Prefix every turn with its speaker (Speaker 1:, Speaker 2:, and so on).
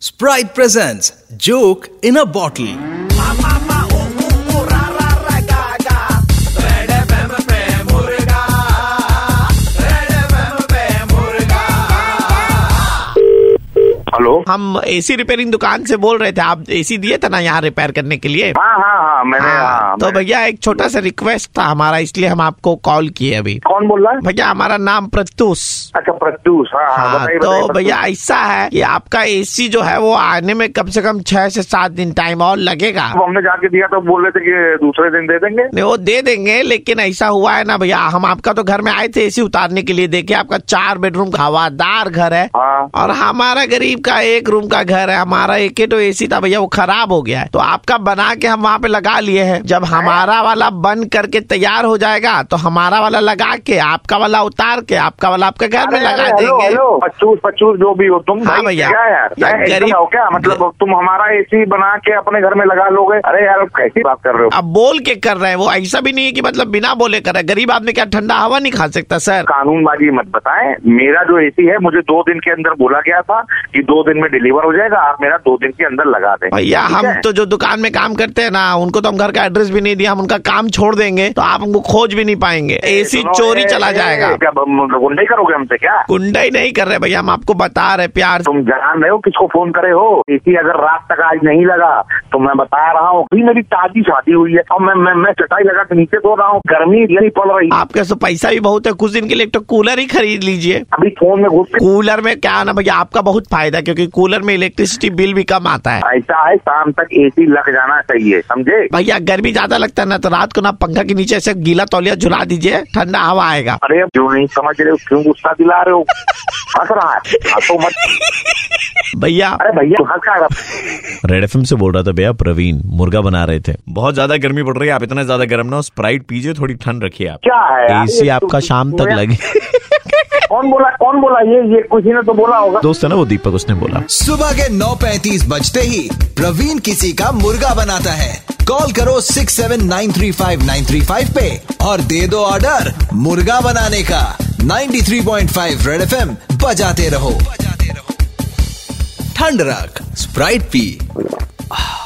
Speaker 1: Sprite presents Joke in a Bottle.
Speaker 2: Hello
Speaker 3: हम AC repairing दुकान से बोल रहे थे आप एसी दिए थे ना यहाँ रिपेयर करने के लिए
Speaker 2: हाँ हाँ हाँ मैंने हाँ,
Speaker 3: हाँ, तो
Speaker 2: मैंने-
Speaker 3: भैया एक छोटा सा रिक्वेस्ट था हमारा इसलिए हम आपको कॉल किए अभी
Speaker 2: कौन बोल रहा है
Speaker 3: भैया हमारा नाम प्रत्युष
Speaker 2: अच्छा प्रत्यूष हाँ हाँ
Speaker 3: हाँ,
Speaker 2: बताइए बताइए
Speaker 3: तो
Speaker 2: प्रत्यूष।
Speaker 3: भैया ऐसा है कि आपका एसी जो है वो आने में कम से कम छह से सात दिन टाइम और लगेगा
Speaker 2: अब हमने जाके दिया तो बोल रहे थे कि दूसरे दिन दे देंगे
Speaker 3: नहीं वो दे देंगे लेकिन ऐसा हुआ है ना भैया हम आपका तो घर में आए थे एसी उतारने के लिए देखिए आपका चार बेडरूम का हवादार घर है
Speaker 2: हाँ
Speaker 3: और हमारा गरीब का एक रूम का घर है हमारा एक ही तो एसी था भैया वो खराब हो गया है तो आपका बना के हम वहाँ पे लगा लिए हैं जब
Speaker 2: हाँ।
Speaker 3: हमारा वाला बन करके तैयार हो जाएगा तो हमारा वाला लगा के आपका वाला उतार के आपका वाला आपका घर में
Speaker 2: अरे,
Speaker 3: लगा
Speaker 2: अरे, हेलो
Speaker 3: देंगे
Speaker 2: हेलो पच्चूस पच्चूस जो भी हो तुम
Speaker 3: हाँ,
Speaker 2: भाई,
Speaker 3: भैया।
Speaker 2: क्या यार
Speaker 3: यार,
Speaker 2: मैं एकदम
Speaker 3: गरीब-
Speaker 2: हो क्या मतलब तुम हमारा एसी बना के अपने घर में लगा लोगे अरे यार अब कैसी बात कर रहे हो
Speaker 3: अब बोल के कर रहे हैं वो ऐसा भी नहीं है कि मतलब बिना बोले कर रहे हैं। गरीब आदमी क्या ठंडा हवा नहीं खा सकता सर
Speaker 2: कानूनबाजी मत बताएं मेरा जो एसी है मुझे दो दिन के अंदर बोला गया था कि दो दिन में डिलीवर हो जाएगा आप मेरा दो दिन के अंदर लगा दें
Speaker 3: भैया
Speaker 2: ठीक
Speaker 3: हम
Speaker 2: है?
Speaker 3: तो जो दुकान में काम करते हैं ना उनको तो हम घर का एड्रेस भी नहीं दिया हम उनका काम छोड़ देंगे तो आप हमको खोज भी नहीं पाएंगे एसी
Speaker 2: सुनो,
Speaker 3: चोरी
Speaker 2: ए,
Speaker 3: चला
Speaker 2: ए,
Speaker 3: जाएगा
Speaker 2: क्या मतलब गुंडाई करोगे हमसे क्या
Speaker 3: गुंडा ही नहीं कर रहे भैया हम आपको बता रहे प्यार से
Speaker 2: तुम जान रहे हो किसको फोन करे हो एसी अगर रात तक आज नहीं लगा तो मैं बता रहा हूँ अभी मेरी ताजी शादी हुई है और मैं मैं, मैं चटाई लगा के नीचे सो रहा हूँ गर्मी इतनी पड़ रही है
Speaker 3: आपके तो पैसा भी बहुत है कुछ दिन के लिए एक तो कूलर ही खरीद लीजिए
Speaker 2: अभी फोन में घुस के
Speaker 3: कूलर में क्या है ना भैया आपका बहुत फायदा है, क्योंकि कूलर में इलेक्ट्रिसिटी बिल भी कम आता है
Speaker 2: ऐसा है शाम तक एसी लग जाना चाहिए समझे
Speaker 3: भैया गर्मी ज्यादा लगता है ना तो रात को ना पंखा के नीचे ऐसे गीला तौलिया झुला दीजिए ठंडा हवा आएगा
Speaker 2: अरे अब क्यों नहीं समझ रहे हो क्यों गुस्सा दिला रहे हो हंस रहा है हंसो मत
Speaker 3: भैया
Speaker 2: अरे भैया तू हंस का
Speaker 4: रेड एफ से बोल रहा था भैया प्रवीण मुर्गा बना रहे थे बहुत ज्यादा गर्मी पड़ रही है आप इतना ज्यादा गर्म ना हो, स्प्राइट पीजिए थोड़ी ठंड रखिए आप
Speaker 2: क्या है यार?
Speaker 4: एसी
Speaker 2: ये तो
Speaker 4: आपका
Speaker 2: तू-
Speaker 4: शाम तक
Speaker 2: मेरा-
Speaker 4: लगे
Speaker 2: कौन बोला कौन बोला ये ये किसी ने तो बोला होगा
Speaker 4: दोस्त है ना वो दीपक उसने बोला
Speaker 1: सुबह के 9:35 बजते ही प्रवीण किसी का मुर्गा बनाता है कॉल करो 67935935 पे और दे दो ऑर्डर मुर्गा बनाने का 93.5 रेड एफएम बजाते रहो ठंड रख स्प्राइट पी आह।